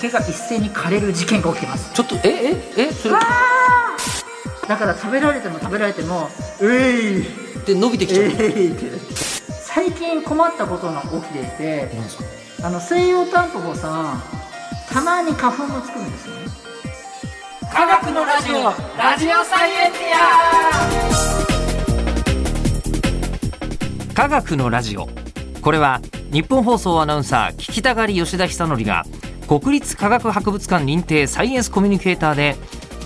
毛が一斉に枯れる事件が起きてますちょっとえええそれだから食べられても食べられても「うえいで伸びてきちゃう、えい」って最近困ったことが起きていてなんですかあの西洋タンポポさんたまに花粉がつくんですよね科学のラジオラジオサイエンティ 科学のラジオこれは日本放送アナウンサー聞きたがり吉田久典が国立科学博物館認定サイエンスコミュニケーターで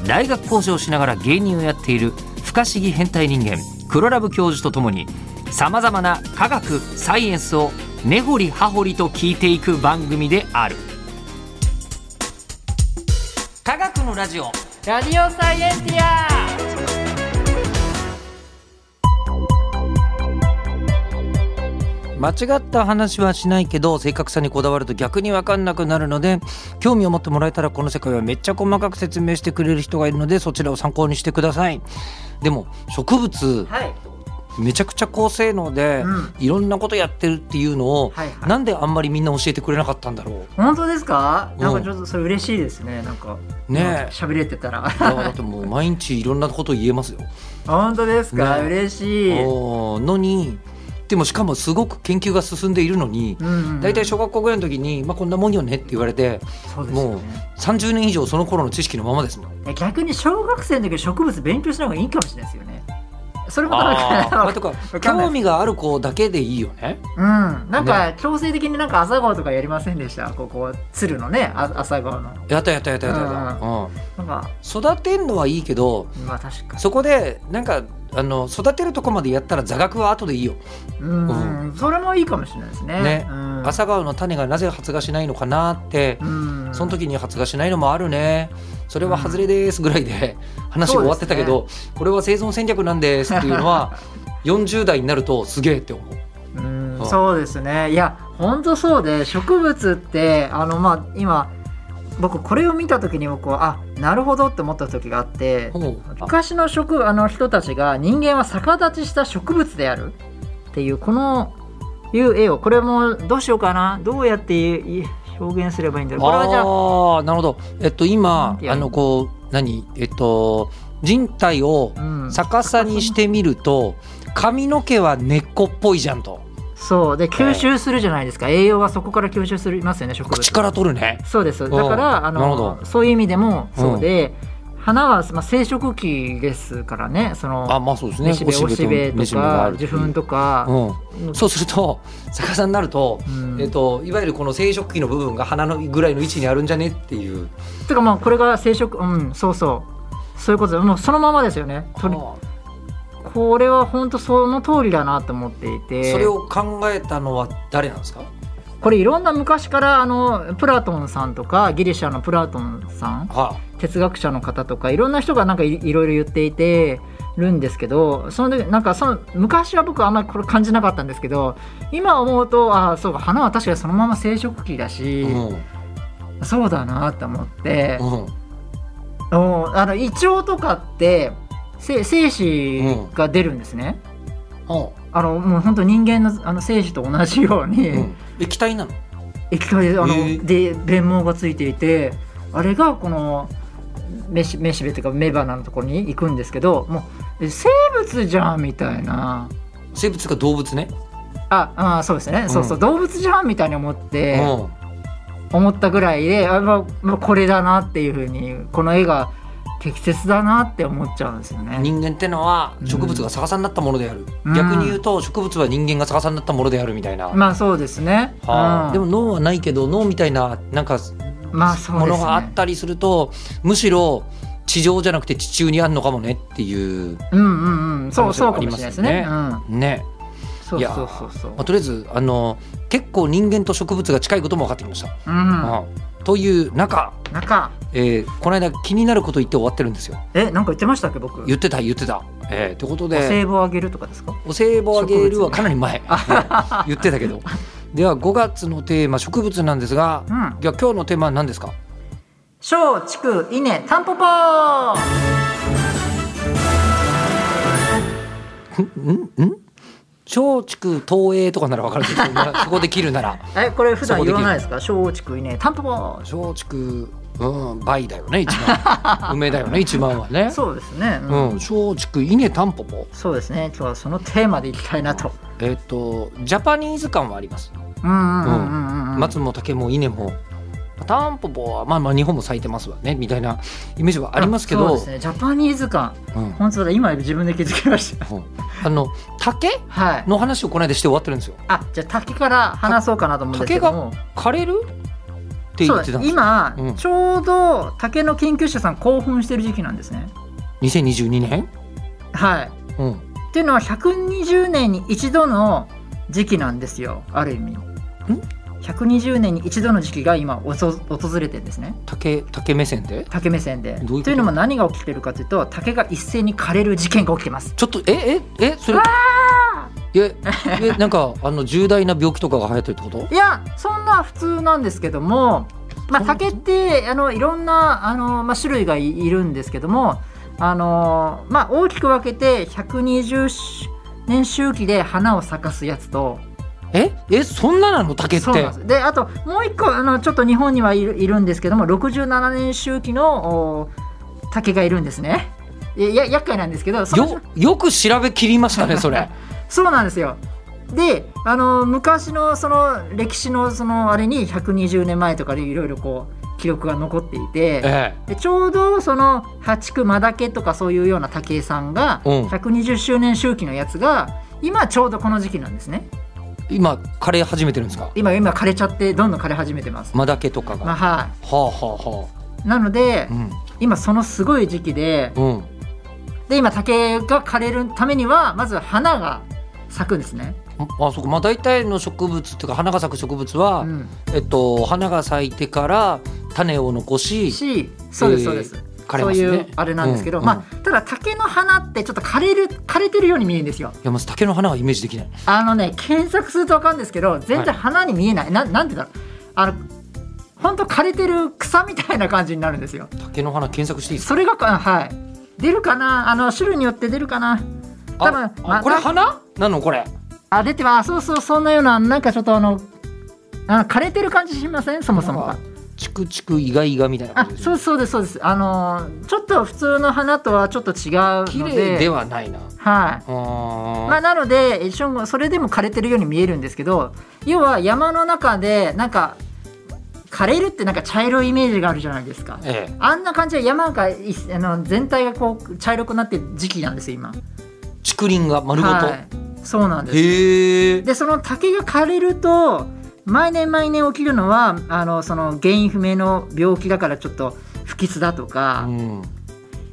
大学講師をしながら芸人をやっている不可思議変態人間黒ラブ教授とともにさまざまな科学サイエンスを根掘り葉掘りと聞いていく番組である科学のラジオアラジオサイエンティア間違った話はしないけど正確さにこだわると逆に分かんなくなるので興味を持ってもらえたらこの世界はめっちゃ細かく説明してくれる人がいるのでそちらを参考にしてくださいでも植物はいめちゃくちゃ高性能で、うんいろんなことやってるっていうのを、はいはいなんであんまりみんな教えてくれなかったん だろ本当ですかうんなんかちょっとそれ嬉しいですねなんかねえ喋れてたらういやだってもう毎日いろんなこと言えますよ。本当ですか、ね嬉しい、おーのにでもしかもすごく研究が進んでいるのにうん大体、小学校ぐらいの時に「まあ、こんなもんよね」って言われてそうですよもうね30年以上その頃の知識のままですもん。いや逆に小学生の時植物勉強しない方がいいかもしれないですよねそ れもなんあかあとかかんない興味がある子だけでいいよね。うん、なんか強制的になんか朝顔とかやりませんでしたここ鶴のねあ朝顔のやったやったやったやったやった。うんなんか育てんのはいいけどまあ確かそこでなんかあの育てるとこまでやったら座学は後でいいよ。うん、それもいいかもしれないですねねうん、朝顔の種がなぜ発芽しないのかなってうんその時に発芽しないのもあるね。それは外れですぐらいで話終わってたけど、これは生存戦略なんですっていうのは40代になるとすげえって思うう。んそうそうですねいや本当そうで植物ってあのまあ今僕これを見た時に僕はあなるほどって思った時があってほうあ昔の植あの人たちが人間は逆立ちした植物であるっていうこのいう絵をこれもどうしようかなどうやっていい表現すればいいんだろうこれはじゃああーなるほど。えっと今うんあのこう何えっと人体をうん、逆さにしてみると髪の毛は根っこっぽいじゃんとそうで吸収するじゃないですか栄養はそこから吸収するますよね植物口から取るねそうですだからあなるほのそういう意味でもうんそうで、花は、まあ、生殖期ですからねそあのまあそうですねめしべおしべとめしべがあかる受粉とか、うん、そうすると逆さになると、うんえっと、いわゆるこの生殖器の部分が鼻のぐらいの位置にあるんじゃねっていうてかまあこれが生殖うんそうそうそういうこともうそのままですよねとりあこれは本当その通りだなと思っていてそれを考えたのは誰なんですかこれいろんな昔からあのプラトンさんとかギリシャのプラトンさんは哲学者の方とかいろんな人がなんかいいろいろ言っていてるんですけどその時なんかその昔は僕あんまりこれ感じなかったんですけど今思うとああそうか花は確かにそのまま生殖期だあ、し、うんそうだなと思って、うんおあの胃腸とかってせ精子が出るんですね。あのもう本当人間のあの精子と同じように、うん、液体なの液体であの、えーで弁毛がついていてあれがこのめしめしべというか雌花のところに行くんですけどもうえ生物じゃんみたいな生物か動物ね、ああそうですね、んそうそう動物じゃんみたいに思って、うん思ったぐらいであ、まあまあ、これだなっていうふうにこの絵が適切だなって思っちゃうんですよね。人間ってのは植物が逆さになったものである、うん逆に言うと植物は人間が逆さになったものであるみたいな、まあそうですね。はあ、うんでも脳はないけど脳みたいななんかまあそうもでのすがあっね。たりすると、むしろ地上じゃなくて地中にあるのかもねっていううんうんうん、そうそうかもしれないですね。可うん、ね、そうそうそうそうまあ、。とりあえずあの結構人間と植物が近いことも分かってきました。うん、はあという中、なんかえーこの間気になること言って終わってるんですよえなんか言ってましたっけ僕言ってた言ってた。えーということおで歳暮をあげるとかですかお歳暮をあげるはかなり前、言ってたけ どでは5月のテーマ植物なんですが、うんじゃあ今日のテーマは何ですか小竹稲タンポポはんん松竹東映とかならわかるけどそんなそこで切るならえこれ普段言わないですか松竹いねタンポポ松竹うん倍だよね一 番梅だよね一番はねそうですね、ううんん松竹稲タンポポそうですね今日はそのテーマでいきたいなとえっ、とジャパニーズ感はありますうんうんうんうんうん、うん、松も竹も稲もタンポポはまあまあ日本も咲いてますわねみたいなイメージはありますけそどうですねジャパニーズ感うん本当だ今自分で気づきましたあの竹はいの話をこの間して終わってるんですよあじゃあ竹から話そうかなと思うんですけども枯れるって言そうっですてたんです今、うんちょうど竹の研究者さん興奮してる時期なんですね2022年はいうんっていうのは120年に一度の時期なんですよある意味120年に一度の時期が今おそ訪れてるんですね竹竹目線で竹目線でういうことというのも何が起きてるかというと竹が一斉に枯れる事件が起きてますちょっとえええそれわいやえなんかあの重大な病気とかが流行ってるってこといやそんな普通なんですけども、まあ、本当竹ってあのいろんなあの、まあ、種類がいいるんですけどもあの、まあ、大きく分けて120年周期で花を咲かすやつとええそんななの竹っそうなてんですであともう一個あのちょっと日本にはいるいるんですけども67年周期のお竹がいるんですね。いやや厄介なんですけどそのよよく調べきりましたねそ れそうなんですよ。であの昔のその歴史のそのあれに120年前とかでいろいろこう記録が残っていてええでちょうどその八九マダケとかそういうような武井さんがうん120周年周期のやつが今ちょうどこの時期なんですね今枯れ始めてるんですか今今枯れちゃってどんどん枯れ始めてます、マダケとかが、まあはは、あはあはいなのであうん今そのすごい時期でうんで今竹が枯れるためにはまず花が咲くんですね、あそうかまあ大体の植物っていうか花が咲く植物は、うん、えっと花が咲いてから種を残ししそうですそうです、枯れますねそういうあれなんですけど、うんうんまあただ竹の花ってちょっと枯れる枯れてるように見えるんですよいやまず竹の花はイメージできないあのね検索すると分かるんですけど全はい然花に見えない、ななんでだろうあの本当枯れてる草みたいな感じになるんですよ竹の花検索していいですかそれがかはい出るかなあの種類によって出るかな多分ああまあこれ花なのこれあ出てますあそうそうそんなようななんかちょっとあのあの枯れてる感じしませんそもそもながんかチクチクイガイガみたいなあ感じそうですそうですそうですあのーちょっと普通の花とはちょっと違う綺の麗でではないなはいあー、まあ、なので一応それでも枯れてるように見えるんですけど要は山の中でなんか枯れるってなんか茶色いイメージがあるじゃないですかええあんな感じで山がいあの全体がこう茶色くなってる時期なんですよ今竹林が丸ごと、はい、そうなんですへえでその竹が枯れると毎年毎年起きるのはあのその原因不明の病気だからちょっと不吉だとか、うん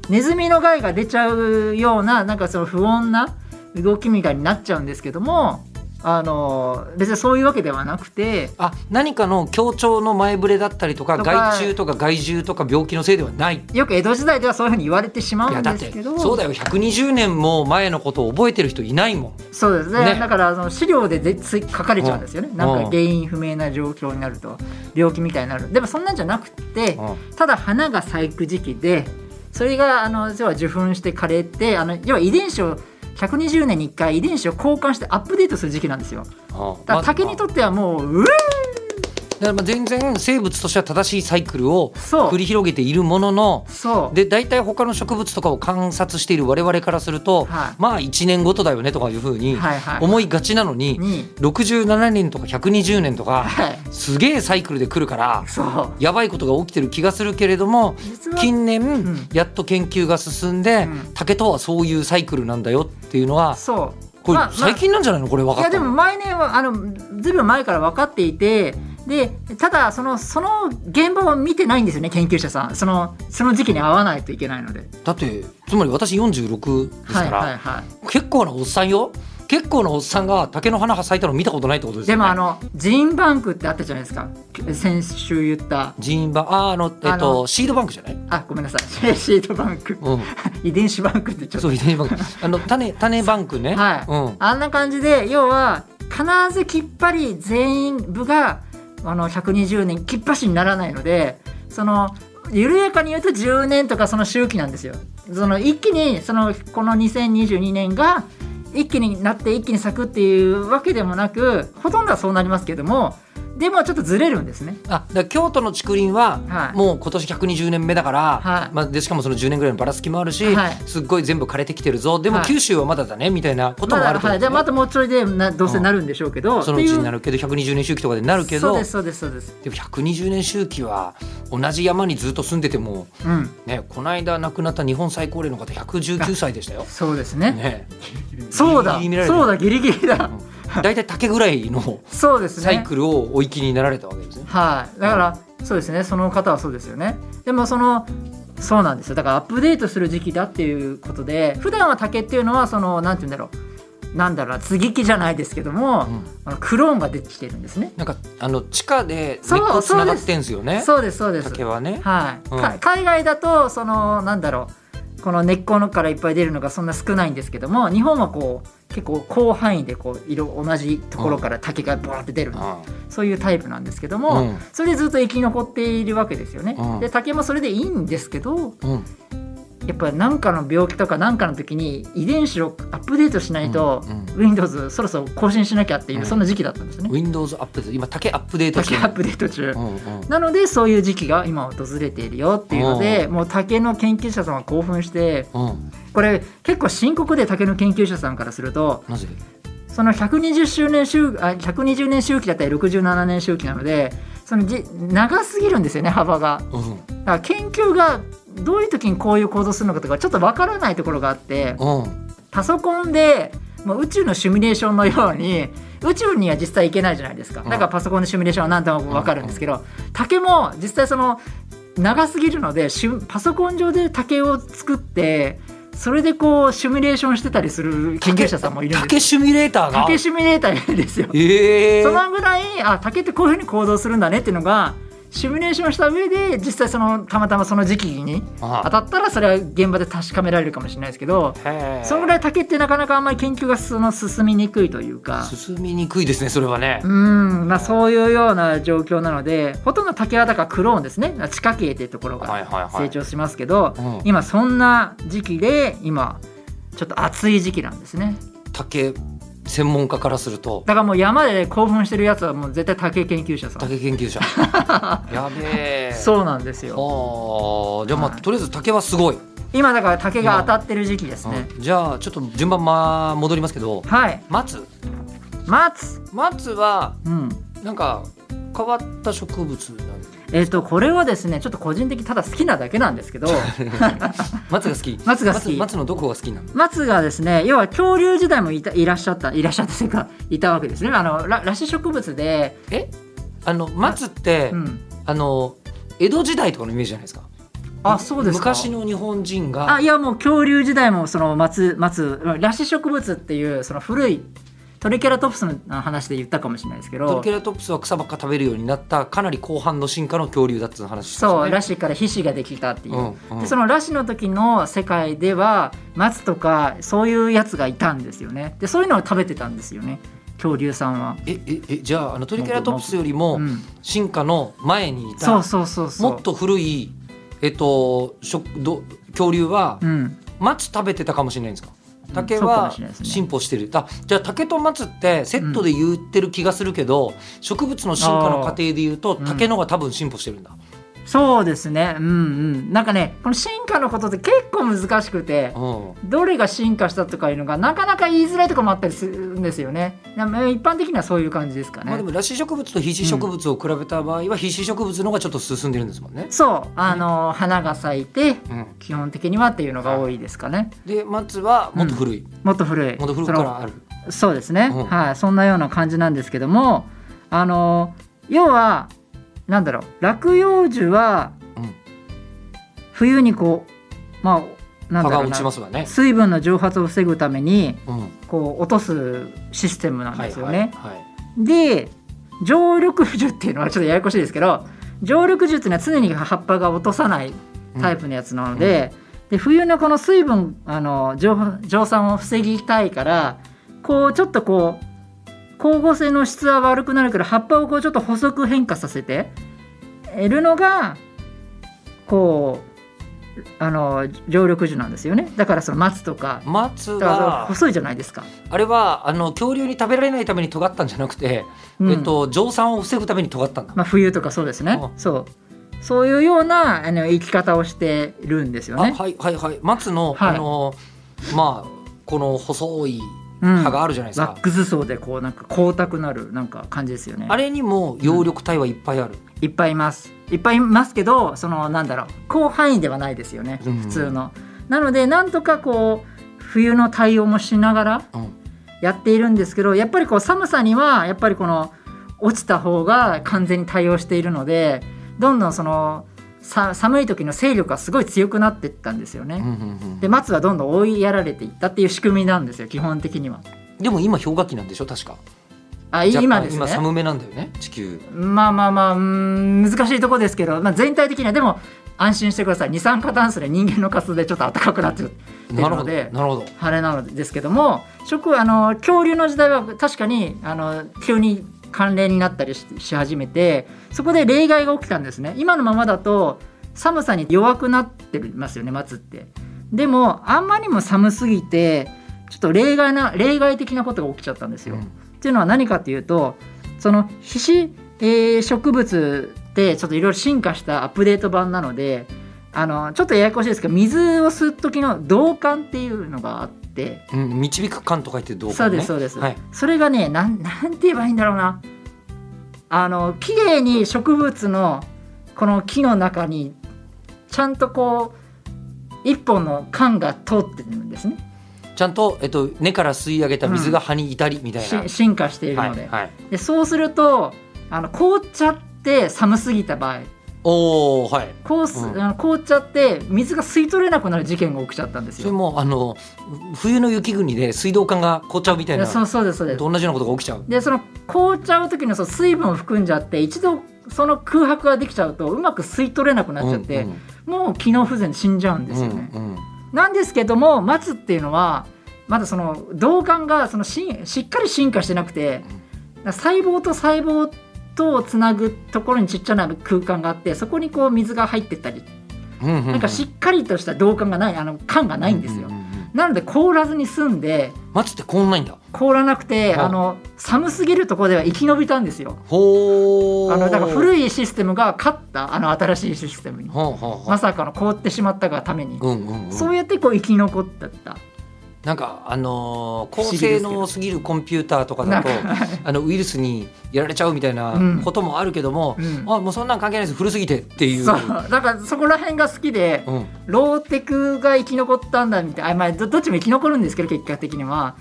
ネズミの害が出ちゃうようななんかその不穏な動きみたいになっちゃうんですけどもあの別にそういうわけではなくてあ何かの強調の前触れだったりとかとか害虫とか害獣とか病気のせいではないよく江戸時代ではそういうふうに言われてしまいやうんだっでてすけどそうだよ120年も前のことを覚えてる人いないもんそうですねねだからその資料でぜつ書かれちゃうんですよね、うんなんか原因不明な状況になると病気みたいになるでもそんなんじゃなくてただ花が咲く時期でそれがあの要は受粉して枯れてあの要は遺伝子を120年に1回遺伝子を交換してアップデートする時期なんですよだから竹にとっってはもううえて全然生物としては正しいサイクルをそう繰り広げているもののそうで大体他の植物とかを観察している我々からすると、はいまあ1年ごとだよねとかいうふうにはいはい思いがちなのに、に67年とか120年とかはいすげえサイクルで来るからそうやばいことが起きてる気がするけれども実は近年、んやっと研究が進んで、うん竹とはそういうサイクルなんだよっていうのはそうこれまあまあ最近なんじゃないのこれ分いかっやでたのも毎年はあのずいぶん前から分かっていてでただそのその現場を見てないんですよね研究者さんそのその時期に合わないといけないのでだってつまり私46ですから、はいはいは結構なおっさんよ結構なおっさんが竹の花が咲いたの見たことないってことでいすよでねもあのジーンバンクってあったじゃないですか先週言ったジーンバンああのえっあとのシードバンクじゃないあごめんなさいシートバンクうん 遺伝子バンクってちょっとそう遺伝子バンクあの種種バンク ねはいうんあんな感じで要は必ずきっぱり全員部があの120年きっぱしにならないのでその緩やかに言うと10年とかその周期なんですよ。その一気にそのこの2022年が一気になって一気に咲くっていうわけでもなくほとんどはそうなりますけどもでもちょっとずれるんですね。あだから京都の竹林は、はいもう今年120年目だから、はいまあ、でしかもその10年ぐらいのばらつきもあるし、はいすっごい全部枯れてきてるぞでもはい九州はまだだねみたいなこともあるとまだは思うい、んじゃあだよね、またもうちょいでなどうせなるんでしょうけど、そのうちになるるけど120年周期とかでなるけそうどですそうですそうです。でも120年周期は同じ山にずっと住んでても、うんね、この間亡くなった日本最高齢の方119歳でしたよ。そうですね。ね、そうだギリギリ見られてるそうだギリギリだ。大体竹ぐらいのそうですね。サイクルをお生きになられたわけですね。はい、だから、そうですねその方はそうですよねでもそのそうなんですよだからアップデートする時期だっていうことで普段は竹っていうのはそのなんて言うんだろうなんだろうな接ぎ木じゃないですけども、うんあのクローンができてるんですねなんかあの地下でそう根っこつながってんすよねそうですそうです竹はね。はい、うんか海外だとそのなんだろうこの根っこのからいっぱい出るのがそんな少ないんですけども日本はこう結構広範囲でこう色同じところから竹がバーって出る、そういうタイプなんですけども、うんそれでずっと生き残っているわけですよね。うんで竹もそれでいいんですけどうんうんやっぱり何かの病気とか何かの時に遺伝子をアップデートしないと、うん Windows そろそろ更新しなきゃっていう、うんそんな時期だったんですね。 Windows アップデート今竹アップデート竹中アップデート中、うんうんなのでそういう時期が今訪れているよっていうので、うもう竹の研究者さんは興奮してうんこれ結構深刻で竹の研究者さんからするとなぜその120周年周あ120年周期だったり67年周期なのでそのじ長すぎるんですよね幅が。うんうんだから研究がどういう時にこういう行動するのかとかちょっとわからないところがあってパソコンでもう宇宙のシミュレーションのように宇宙には実際行けないじゃないですかうんだからパソコンでシミュレーションは何となくわかるんですけど竹も実際その長すぎるのでシュパソコン上で竹を作ってそれでこうシミュレーションしてたりする研究者さんもいるんです竹シミュレーターが竹シミュレーターですよええそのぐらいあ竹ってこういうふうに行動するんだねっていうのがシミュレーションした上で実際そのたまたまその時期に当たったらそれは現場で確かめられるかもしれないですけどそのぐらいい竹ってなかなかあんまり研究がその進みにくいというか進みにくいですねそれはねうーん、まあ、そういうような状況なのでほとんど竹はだからクローンですね地下茎っていうところはいがはいは成い長しますけどうん今そんな時期で今ちょっと暑い時期なんですね竹専門家からする とだからもう山で興奮してるやつはもう絶対竹研究者さん竹研 究者やべえうそうなんですよあーじゃあまあはいとりあえず竹はすごい今だから竹が当たってる時期ですね、うんじゃあちょっと順番ま戻りますけどはい松松松はうんなんか変わった植物なんですえっ、とこれはですねちょっと個人的ただ好きなだけなんですけ ど松が好き 松が好き松松のどこが好きなの松がですね要は恐竜時代もいたいらっしゃったいらっしゃったというかいたわけですねあのら裸子植物で、えあの松って、うん、あの江戸時代とかのイメージじゃないですかあそうですか昔の日本人があいやもう恐竜時代もその松松裸子植物っていうその古いトリケラトプスのあ話で言ったかもしれないですけトどリケラトプスは草ばっか食べるようになったかなり後半の進化の恐竜だっていう話ですそようね裸子から皮脂ができたっていう、うんうんでそのラシの時の世界では松とかそういうやつがいたんですよねでそういうのを食べてたんですよね恐竜さんは、えええじゃああのトリケラトプスよりもうん、進化の前にいた、そうそうそうそうもっと古いえっと食ど恐竜はうん、松食べてたかもしれないんですかうん竹そうかもはしれないですね進歩してる、あじゃあ竹と松ってセットで言ってる気がするけど、植物の進化の過程で言うとーうん竹の方が多分進歩してるんだ、そうですねうんうんなんかねこの進化のことって結構難しくてうんどれが進化したとかいうのがなかなか言いづらいところもあったりするんですよねなまあ一般的にはそういう感じですかね、まあ、でも裸子植物と被子植物を比べた場合は被子植物の方がちょっと進んでるんですもんね。そうあの、花が咲いてうん、基本的にはっていうのが多いですかねで松はもっと古い、もっと古いもっと古くそかのらある。そうですね、うんはい、そんなような感じなんですけどもあの要はなんだろう落葉樹はうん冬にこうまあなん葉だがろう落ちまなすわね。水分の蒸発を防ぐためにうん、こう落とすシステムなんはでいすよね。はいはい。で常緑樹っていうのはちょっとややこしいですけど常緑樹っていうのは常に葉っぱが落とさないタイプのやつなので,、で冬のこの水分あの蒸蒸散を防ぎたいからこうちょっとこう光合成の質は悪くなるけど葉っぱをこうちょっと細く変化させて得るのがこうあの常緑樹なんですよねだからその松とか松だからは細いじゃないですか、あれはあの恐竜に食べられないために尖ったんじゃなくて、うんえっと蒸散を防ぐために尖ったんだ。まあ、冬とかそうですねあそうそういうようなあの生き方をしてるんですよあね。はいはいはい松の、はいあのまあこの細いうん葉があるじゃないですワかッ。クス層でこうなんか光沢のあるなんか感じですよねあれにも葉緑体はいっぱいある。いっぱいいますいっぱいいますけどそのなんだろう広範囲ではないですよね、うん普通のなのでなんとかこう冬の対応もしながらうんやっているんですけどやっぱりこう寒さにはやっぱりこの落ちた方が完全に対応しているのでどんどんそのさ寒い時の勢力がすごい強くなっていったんですよね、うんうんうでん松はどんどん追いやられていったっていう仕組みなんですよ基本的にはでも今氷河期なんでしょ確か。あい若干今ですね今寒めなんだよね地球。まあまあまあうーん難しいとこですけど、まあ、全体的にはでも安心してください二酸化炭素で人間の活動でちょっと暖かくなってるっていなうるほのどでなるほど。晴れなのですけども食あの恐竜の時代は確かにあの急に寒冷になったりしし始めてそこで例外が起きたんですね今のままだと寒さに弱くなってますよね松ってでもあんまりにも寒すぎてちょっと例外な例外的なことが起きちゃったんですよ、っていうのは何かというとその皮脂、えー植物ってちょっといろいろ進化したアップデート版なのであのちょっとややこしいですけど水を吸う時の導管っていうのがあってうん、うん導く感と書いてどうそかうでね。すそうです、はいそれがねなんなんて言えばいいんだろうなあの綺麗に植物のこの木の中にちゃんとこう一本の管が通ってるんですねちゃんとえっと根から吸い上げた水が葉にいたりみたいな。し進化しているはので,、いはい。でそうするとあの凍っちゃって寒すぎた場合おおはい。こうす、うんあの凍っちゃって水が吸い取れなくなる事件が起きちゃったんですそれよ。もあの冬の雪国で水道管が凍っちゃうみたいいやなそうそうですそうですと同じようなことが起きちゃう。でその凍っちゃう時のそう水分を含んじゃって一度その空白ができちゃうとうまく吸い取れなくなっちゃって、うんもう機能不全で死んじゃうんうでんすよね。うんうんなんですけども松っていうのはまだその導管がそのししっかり進化してなくて細胞と細胞とをつなぐところにちっちゃな空間があってそこにこう水が入ってったりうんうんうんなんかしっかりとした導管がないあの管がないんですようう。ううんなので凍らずに済んで松ってこんないんだ。凍らなくて、はいあの寒すぎるところでは生き延びたんですよ。ほー。あのだからい。古いシステムが勝ったあの新しいシステムにほうほうほうまさかの凍ってしまったがために、うんうんうん。そうやってこう生き残ってったなんかあのー不高思議で性すけど能すぎるコンピューターとかなだんと か、あのウイルスにやられちゃうみたいなうんこともあるけども、うんあもうそんなん関係ないです古すぎてっていう。そうだからそこら辺が好きでうんローテクが生き残ったんだみたいなあ、まあ、どどっちも生き残るんですけど結果的には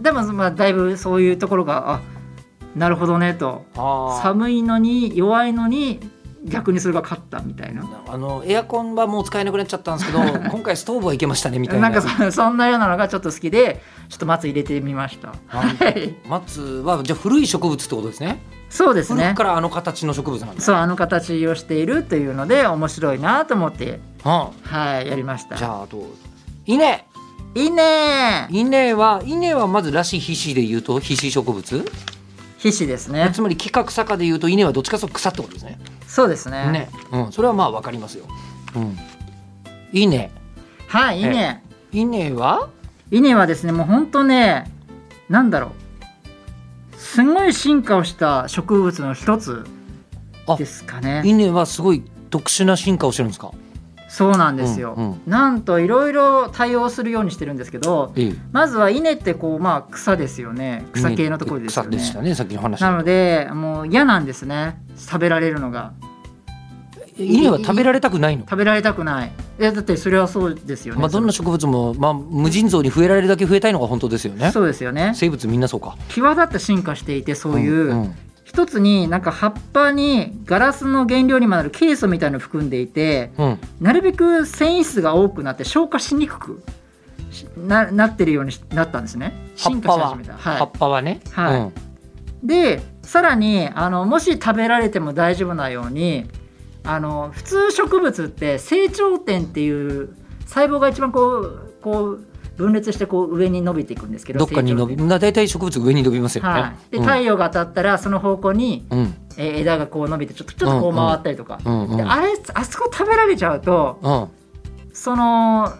でも、まあ、だいぶそういうところがあなるほどねとあー寒いのに弱いのに逆にそれが勝ったみたいなあのエアコンはもう使えなくなっちゃったんで すけど今回ストーブはいけましたねみたいななんかそそんなようなのがちょっと好きでちょっと松入れてみましたはいはい松はじゃあ古い植物ってことですねそうです古ねくからあの形の植物なんです、そうあの形をしているというので面白いなと思ってうんはいやりましたじゃああと稲いいね稲は稲はまずらしい皮脂で言うと皮脂植物皮脂ですねつまり規格差かで言うと稲はどっちかというと草ってことですねそうですねね、うん、それはまあわかりますよ、うん、稲はいいいね稲は稲はですねもうほんとねなんだろうすごい進化をした植物の一つあですかね稲はすごい特殊な進化をしてるんですかそうなんですよ、うんうんなんといろいろ対応するようにしてるんですけどええまずは稲ってこうまあ草ですよね草系のところですよ草でしたねさっきの話なのでもう嫌なんですね食べられるのが稲は食べられたくないの食べられたくないいやだってそれはそうですよね、まあ、どんな植物も、まあ、無尽蔵に増えられるだけ増えたいのが本当ですよねそうですよね生物みんなそうか際立った進化していてそういう、んん一つになんか葉っぱにガラスの原料にもなるケイ素みたいなのを含んでいてうんなるべく繊維質が多くなって消化しにくくしななってるようにしなったんですね葉っ進ぱ化しは、始めた葉っはぱはね、はいうんい、でさらにあのもし食べられても大丈夫なようにあの普通植物って成長点っていう細胞が一番こうこう分裂してこう上に伸びていくんですけどどっかに伸成長び点な大体植物上に伸びますよね、はい、でうん太陽が当たったらその方向にうんえー枝がこう伸びてちょっとちょっとこう回ったりとか、うんうんであれあそこ食べられちゃうとうんその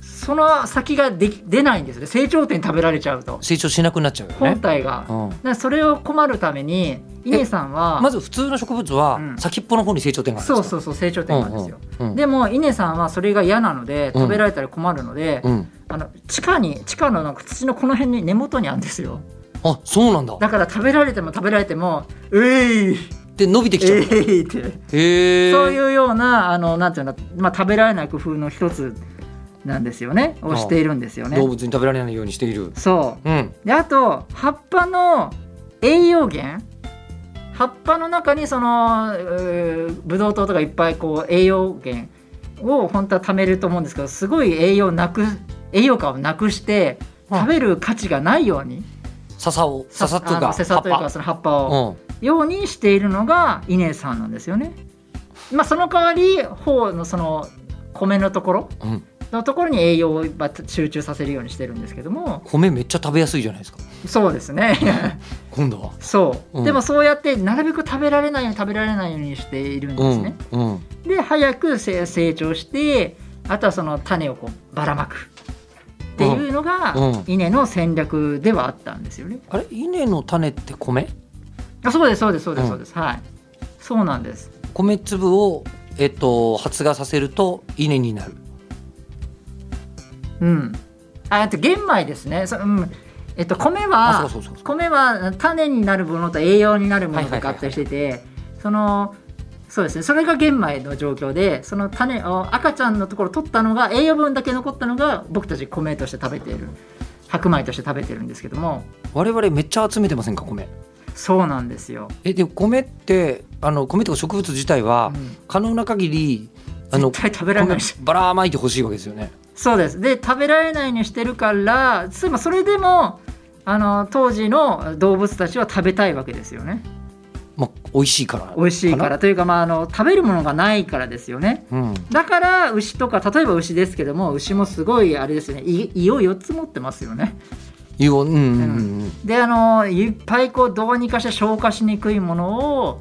その先ができ出ないんですよね成長点食べられちゃうと成長しなくなっちゃうよ本ね、体が。だかうん、らそれを困るために稲さんはまず普通の植物はうん先っぽの方に成長点があるんそうですそかうそう成長点なんですよ。うんうんでも稲さんはそれが嫌なのでうん食べられたら困るので、うんあの地下に地下のなんか土のこの辺に根元にあるんですよ。あそうなんだだから食べられても食べられても「うえいで伸びてきえちゃう、い!」って。へえそういうようなあのなんていうんだ、まあ、食べられない工夫の一つなんですよねをしているんですよね動。物に食べられないようにしているそうんうであと葉っぱの栄養源葉っぱの中にそのうーブドウ糖とかいっぱいこう栄養源を本当は貯めると思うんですけどすごい栄養なく栄養価をなくしてうん食べる価値がないように笹を笹というあのかせさという葉かっその葉っぱぱを。うんようにしているのがイネさんなんですよね。まあその代わり頬のその米のところうんのところに栄養をば集中させるようにしてるんですけども米めっちゃ食べやすいじゃないですかそうですね今度はそう、うんでもそうやってなるべく食べられないように食べられないようにしているんですね、うんうんで早くせ成長してあとはその種をこうばらまくっていうのがうんうん稲の戦略ではあったんですよねあれ稲の種って米あそうですそうですそうですそうです、はいそうなんです米粒をえっと発芽させると稲になるうん。あ、あと玄米ですね。そうん。えっと米あはそうそうそうそう米は種になるものと栄養になるものはといはかいはいはいあったりしてて、そのそうですね。それが玄米の状況で、その種を赤ちゃんのところ取ったのが栄養分だけ残ったのが僕たち米として食べている白米として食べてるんですけども、我々めっちゃ集めてませんか米そうなんですよ。えで米ってあの米とか植物自体は、うん可能な限りあの絶対食べられないし。米ばらまいてほしいわけですよね。そうですで食べられないようにしてるからつまりそれでもあの当時の動物たちは食べたいわけですよね。まあ美味しいから。美味しいからというか、まあ、あの食べるものがないからですよねうん。だから牛とか例えば牛ですけども牛もすごいあれですよね胃胃を4つ持ってますよねいいようんうんうんであのいっぱいこうどうにかして消化しにくいものを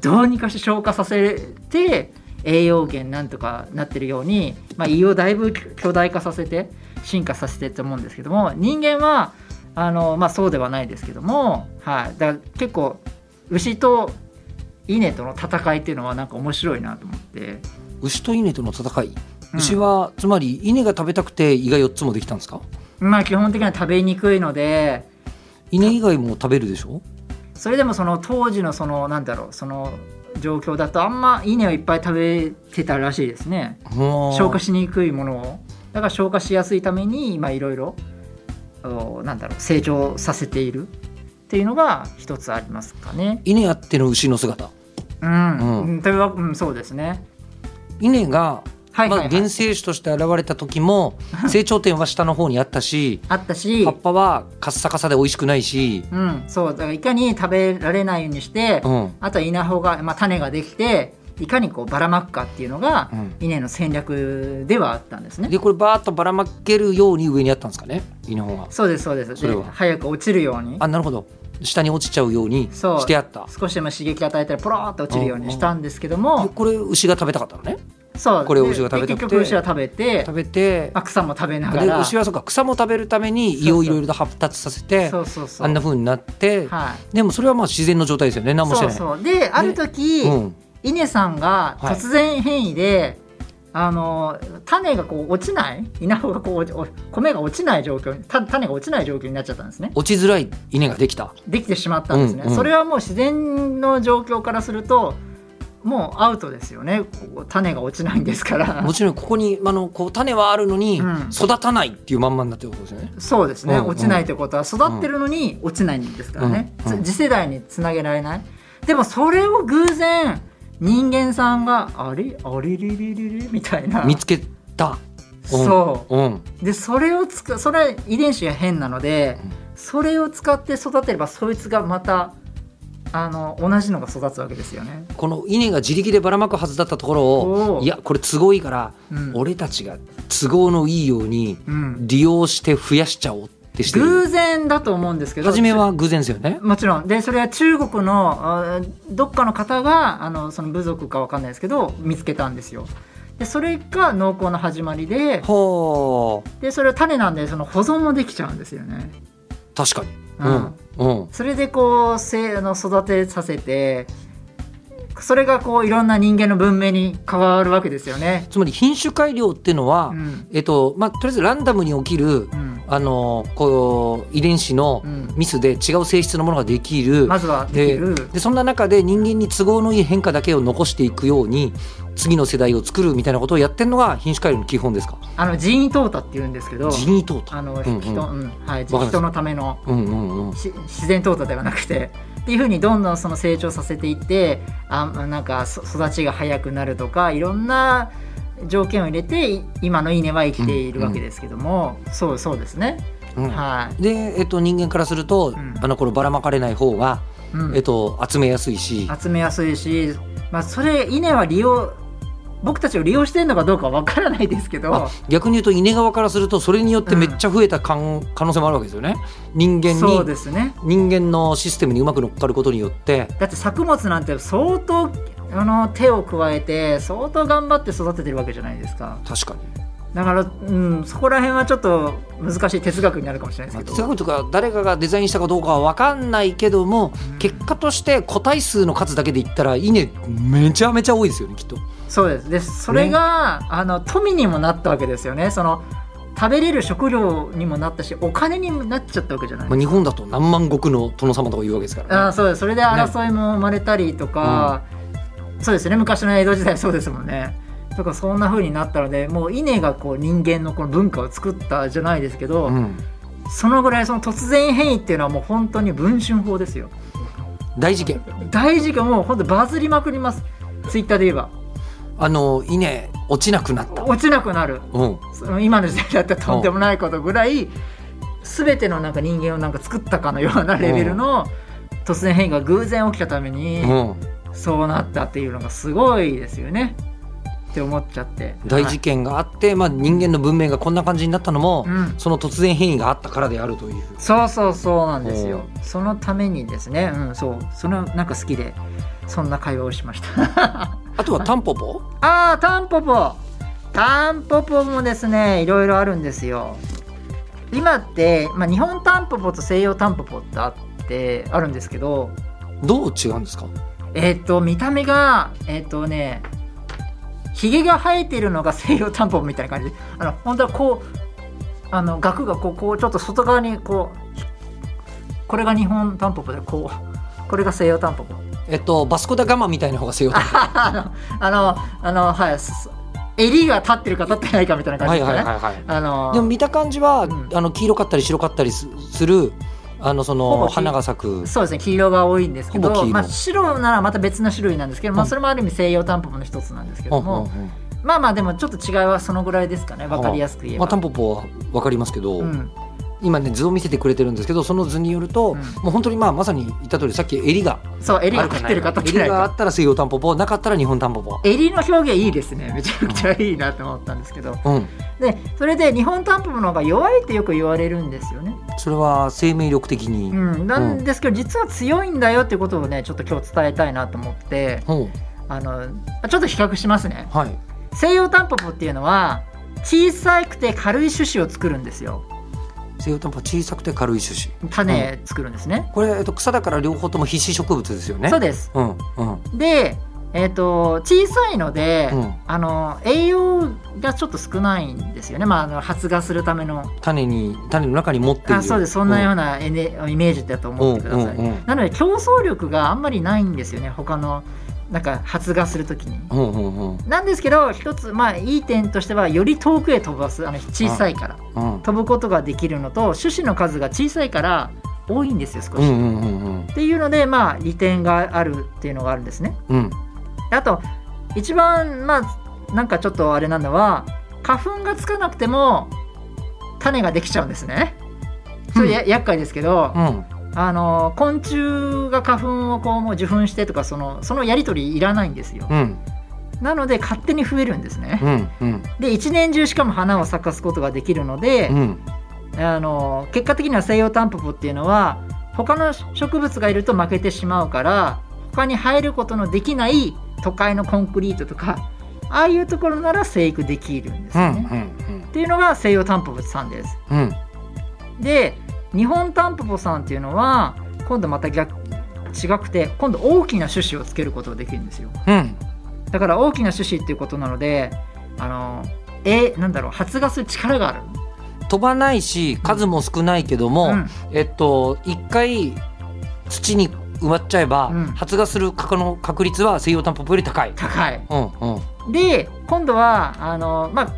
どうにかして消化させて栄養源なんとかなってるように、まあ、胃をだいぶ巨大化させて進化させてると思うんですけども人間はあの、まあ、そうではないですけども、はい、だから結構牛と稲との戦いっていうのはなんか面白いなと思って。牛と稲との戦い。うん牛は、つまり稲が食べたくて胃が四つもできたんですか。まあ基本的には食べにくいので稲以外も食べるでしょ。それでもその当時のそのなんだろうその状況だとあんま稲をいっぱい食べてたらしいですね消消化しにくいものをだから消化しやすいために今いろいろおなんだろう成長させているっていうのが一つありますかね。稲あっての牛の姿。うん、うんうん、というわうんそうですね。稲が。はいはいまはあ、い、原生種として現れた時も成長点は下の方にあったしあったし葉っぱはカッサカサで美味しくないし、うんそうだからいかに食べられないようにして、うんあとは稲穂が、まあ、種ができていかにこうばらまくかっていうのが、うん稲の戦略ではあったんですね。でこれバーッとばらまけるように上にあったんですかね稲穂が。そうですそうですそれでは早く落ちるようにあなるほど下に落ちちゃうようにそうしてあった少しでも刺激与えたらポローっと落ちるようにしたんですけども、でこれ牛が食べたかったのねそうこれを牛が食べたくてで結局牛は食べて食べてまあ、草も食べながでら牛はそうか草も食べるために胃をいろいろと発達させてそうそうそうあんな風になって、はでもそれはまあ自然の状態ですよねい何もしてそうないそうである時、うん稲さんがはい突然変異で、あの種がこう落ちない稲穂がこうおちお米が落ちない状況にた種が落ちない状況になっちゃったんですね落ちづらい稲ができたできてしまったんですね、うんうんそれはもう自然の状況からするともうアウトですよねこう種が落ちないんですからもちろんここにあのこう種はあるのにうん育たないっていうまんまになってることですよね、そうですね、うんうん落ちないということは育ってるのに落ちないんですからね、うんうんつ次世代につなげられないでもそれを偶然人間さんがあれあれれれれれみたいな見つけたそうんうでそれをつくそれは遺伝子が変なので、うんそれを使って育てればそいつがまたあの同じのが育つわけですよね、この稲が自力でばらまくはずだったところおをーいやこれ都合いいから、うん俺たちが都合のいいようにうん、利用して増やしちゃおうってしてる偶然だと思うんですけど初めは偶然ですよねもちろんでそれは中国のあーどっかの方があのその部族かわかんないですけど見つけたんですよでそれが濃厚の始まりでほでそれは種なんでその保存もできちゃうんですよね。う確かにうんうん、うん、それでこうせあの育てさせてそれがこういろんな人間の文明に変わるわけですよね。つまり品種改良っていうのは、うんえっとまあとりあえずランダムに起きるうんあのこう遺伝子のうん、ミスで違う性質のものができる、まずはできる、でそんな中で人間に都合のいい変化だけを残していくように次の世代を作るみたいなことをやってるのが品種改良の基本ですかあの人為淘汰って言うんですけどジニートータあのんうん人,、うんはい、わかりました人のためのうんうんうんし自然淘汰ではなくてっていうふうにどんどんその成長させていってあなんかそ育ちが早くなるとかいろんな条件を入れてい今の稲は生きているわけですけども、そうそうですね、うんはい、で、えっと、人間からすると、んあのこればらまかれない方が、うんえっと、集めやすいし、集めやすいし、まあ、それ稲は利用僕たちを利用してるのかどうかわからないですけどあ逆に言うと稲側からするとそれによってめっちゃ増えたかん、可能性もあるわけですよね。人間そうにですね人間のシステムにうまく乗っかることによってだって作物なんて相当あの手を加えて相当頑張って育ててるわけじゃないですか確かに、だから、うん、そこら辺はちょっと難しい哲学になるかもしれないまあ、ですけど、哲学とか誰かがデザインしたかどうかは分かんないけどもうん結果として個体数の数だけで言ったら稲めちゃめちゃ多いですよねきっと。そうですでそれが、あの富にもなったわけですよねその食べれる食料にもなったしお金にもなっちゃったわけじゃないまあ、日本だと何万石の殿様とか言うわけですから、ね。あーそうですそれで争いも生まれたりとか、そうですね昔の江戸時代そうですもんねとかそんな風になったのでもう稲がこう人間のこの文化を作ったじゃないですけど、うんそのぐらいその突然変異っていうのはもう本当に文春法ですよ大事件大事件もう本当バズりまくりますツイッターで言えばあの稲落ちなくなった、落ちなくなるうん、その今の時代だったらとんでもないことぐらい全てのなんか人間をなんか作ったかのようなレベルの突然変異が偶然起きたために、うん、そうなったっていうのがすごいですよねって思っちゃって大事件があって、まあ、人間の文明がこんな感じになったのも、はいうんその突然変異があったからであるという。そうそうそうなんですよそのためにですねうんそうそのなんか好きでそんな会話をしましたあとはタンポポあータンポポタンポポもですねいろいろあるんですよ今って、まあ、日本タンポポと西洋タンポポってあってあるんですけどどう違うんですかえっ、と見た目がえっ、とねひげが生えてるのが西洋タンポポみたいな感じあの本当はこうあの額がこうこうちょっと外側にこうこれが日本タンポポでこうこれが西洋タンポ ポえっとバスコダガマみたいな方が西洋タンあのあのあのはいす襟が立ってるか立ってないかみたいなポポ感じはでいすかね、はいはいはいあの でも見た感じは、うんあの黄色かったり白かったりすするあのそほぼの黄花が咲くそうですね黄色が多いんですけほぼ黄ど、色まあ、白ならまた別の種類なんですけど、まあ、うんそれもある意味西洋タンポポの一つなんですけうどんうんも、うんまあまあでもちょっと違いはそのぐらいですかね分かりやすく言えまあ、ば。タンポポは分かりますけど、うん今ね図を見せてくれてるんですけどその図によると、うんもう本当にまあまさに言った通りさっき襟がそう、襟が立ってるかあるか立ないってない襟があっか。たら西洋タンポポなかったら日本タンポポ。襟の表現いいですね。めちゃくちゃいいなと思ったんですけど。うん、で、それで日本タンポポの方が弱いってよく言われるんですよね。それは生命力的うに、ん。なんですけど、実は強いんだよってことをね、ちょっと今日伝えたいなと思って、うんあの、ちょっと比較しますね。はい、西洋タンポポっていうのは、小さくて軽い種子を作るんですよ。西洋タンポポ小さくて軽い種子種作るんですね。これ、えっと、草だから両方とも必死植物ですよねそうです。うんうんで、えっ、と、小さいので、うんあの栄養がちょっと少ないんですよね、まあ、あの発芽するための種に種の中に持っているあそうですそんなようなエネ、イメージだと思ってください、うんうんうんなので競争力があんまりないんですよね他のなんか発芽するときにうんうんうんなんですけど一つまあいい点としてはより遠くへ飛ばすあの小さいからうん飛ぶことができるのと種子の数が小さいから多いんですよ少し、うっんうんうんうんていうのでまあ利点があるっていうのがあるんですねうんであと一番まあなんかちょっとあれなのは花粉がつかなくても種ができちゃうんですね。それや、厄介ですけど、うんあの昆虫が花粉をこうもう受粉してとかそのそのやり取りいらないんですよ。うんなので勝手に増えるんですね。うんうんで一年中しかも花を咲かすことができるので、うんあの結果的には西洋タンポポっていうのは他の植物がいると負けてしまうから他に入ることのできない都会のコンクリートとかああいうところなら生育できるんですうよんね、うっんていうのが西洋タンポポさんですうんうんで日本タンポポさんっていうのは今度また逆違くて今度大きな種子をつけることができるんですようんだから大きな種子っていうことなのであのえなんだろう発芽する力がある、飛ばないし数も少ないけども、うんえっと一回土に埋まっちゃえば、うん発芽する確の確率は西洋タンポポより高い。高いうんうんで今度はあの、ま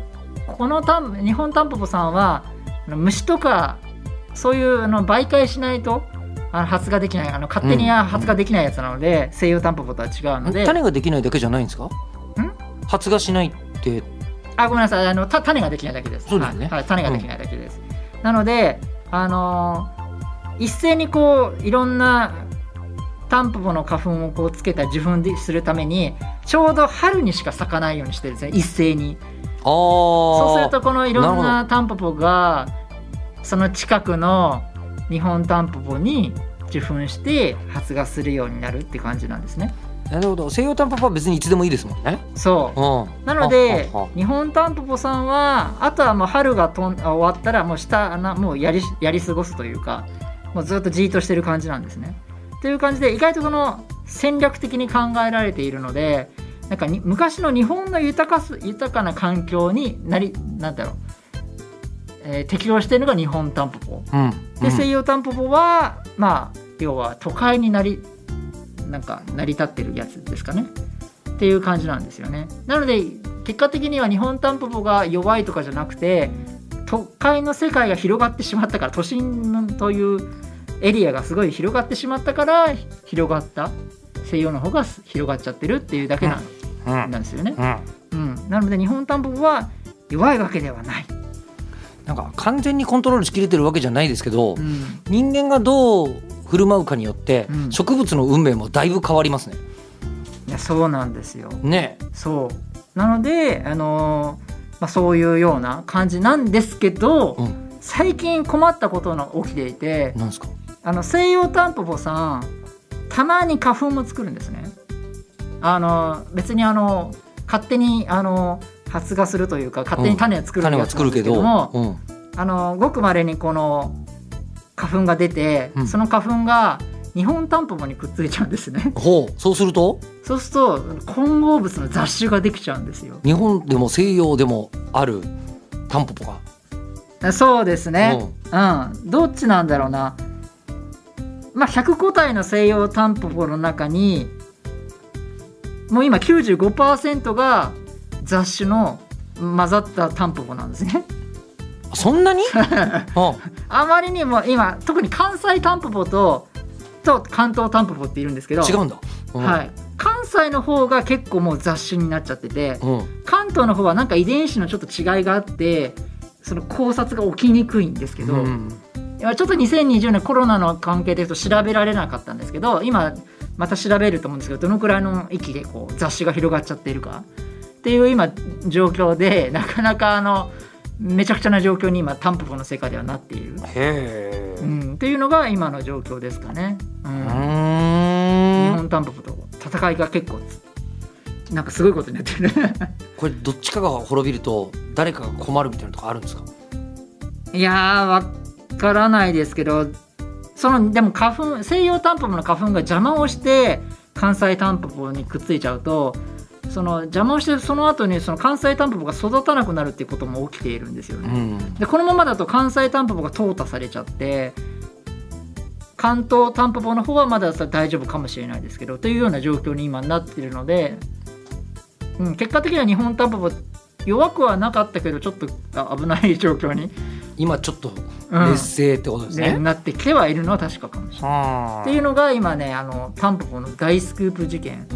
あ、このタン日本タンポポさんはあの虫とかそういうあの媒介しないとあの発芽できないあの勝手にうん発芽できないやつなので、西洋タンポポとは違うので種ができないだけじゃないんですか？発芽しないって、あごめんなさいあのた種ができないだけですそうですねはいはい、種ができないだけです、なのであのー一斉にこういろんなタンポポの花粉をこうつけた受粉でするためにちょうど春にしか咲かないようにしてるんですね一斉にああ、そそうするとこのいろんななタンポポがその近くの日本タンポポに受粉して発芽するようになるって感じなんですね。なるほど西洋タンポポは別にいつでもいいですもんね。。そううんなのではは日本タンポポさんはあとはもう春がとんあ終わったらもう下なもうやりやり過ごすというかもうずっとじーっとしてる感じなんですね。という感じで意外とこの戦略的に考えられているのでなんかに昔の日本の豊かす豊かな環境になりなんだろう、えー適応しているのが日本タンポポ。うん。で西洋洋タンポポは、まあ要は都会になりなんか成り立ってるやつですかねっていう感じなんですよねなので結果的には日本タンポポが弱いとかじゃなくて都会の世界が広がってしまったから都心というエリアがすごい広がってしまったから広がった西洋の方が広がっちゃってるっていうだけなん,、うんうんなんですよね、うん。うん、なので日本タンポポは弱いわけではない、なんか完全にコントロールしきれてるわけじゃないですけど、うん、人間がどう振る舞うかによって、うん植物の運命もだいぶ変わりますね。いやそうなんですよね。そうなので、あのーまあ、そういうような感じなんですけど、うん最近困ったことが起きていてなんですか。あの西洋タンポポさんたまに花粉も作るんですね。あのー別にあの勝手にあの発芽するというか勝手に種を作る種やはつ作なんるでけすけどど。も、うん。あのーごくまれにこの花粉が出て、うんその花粉が日本タンポポにくっついちゃうんですねほう。そうするとそうすると混合物の雑種ができちゃうんですよ日本でも西洋でもあるタンポポが。そうですね、うんうん、どっちなんだろうな、まあ、100個体の西洋タンポポの中にもう今95%が雑種の混ざったタンポポなんですねそん なに？うあまりにも今特に関西タンポポとと関東タンポポっているんですけどん。違うんだ。うんはい、関西の方が結構もう雑種になっちゃっててうん。関東の方はなんか遺伝子のちょっと違いがあってその考察が起きにくいんですけど、うんいやちょっと2020年コロナの関係でちょっと調べられなかったんですけど今また調べると思うんですけどどのくらいの域でこう雑誌が広がっちゃっているかっていう今状況でなかなかあのめちゃくちゃな状況に今タンポポの世界ではなっている、へえ。う、うんっていうのが今の状況ですかね、うんー日ん。本タンポポと戦いが結構つなんかすごいことになってるこれどっちかが滅びると誰かが困るみたいなとこあるんですか？いやーわからないですけどそのでも花粉西洋タンポポの花粉が邪魔をして関西タンポポにくっついちゃうとその邪魔をしてその後にその関西タンポポが育たなくなるっていうことも起きているんですようね。ん。でこのままだと関西タンポポが淘汰されちゃって関東タンポポの方はまださ大丈夫かもしれないですけどというような状況に今なってるので、うん、結果的には日本タンポポ弱くはなかったけどちょっとあ危ない状況に、今ちょっとうん劣勢ってことですね。ね、なってきてはいるのは確かかもしれない。はあっていうのが今ねあのタンポポの大スクープ事件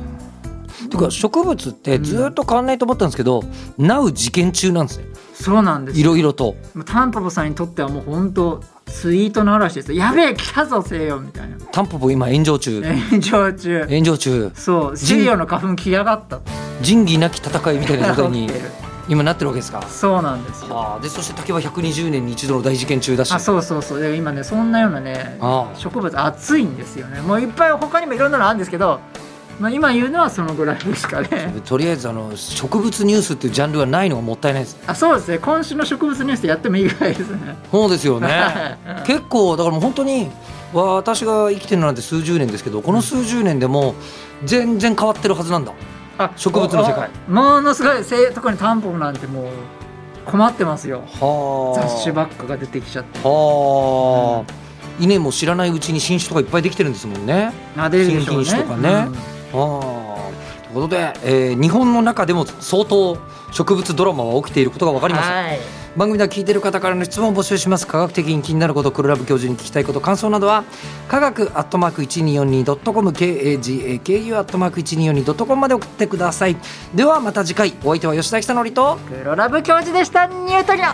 てか植物ってずっと変わんないと思ったんですけど、なう事件中なんですねそうなんですいろいろともうタンポポさんにとってはもう本当スイートの嵐ですよやべえ来たぞ西洋みたいなタンポポ今炎上中炎上中炎上中そう人西洋の花粉来やがったって仁義なき戦いみた いな状態起きにてる今なってるわけですかそうなんですよはあでそして竹は120年に一度の大事件中だしあそうそうそうで今ねそんなようなねああ植物熱いんですよねもういっぱい他にもいろんなのあるんですけどまあ、今言うのはそのぐらいですかね。とりあえずあの植物ニュースっていうジャンルがないのがもったいないですあそうですね今週の植物ニュースやってもいいぐらいですね。そうですよ ねはい結構だからもう本当にわ私が生きてるのなんて数十年ですけどこの数十年でも全然変わってるはずなんだあ植物の世界あものすごいせ特にタンポポなんてもう困ってますよはあ雑種ばっかが出てきちゃってはあ、稲も知らないうちに新種とかいっぱいできてるんですもんねなでるでしょうね新品種とかねはあということで、えー日本の中でも相当植物ドラマは起きていることが分かありますはい番組では聞いている方からの質問を募集します科学的に気になること黒ラブ教授に聞きたいこと感想などは科学アットマーク 1242.com KAGAKU アットマーク 1242.com まで送ってくださいではまた次回お相手は吉田久典と黒ラブ教授でしたニュートリノ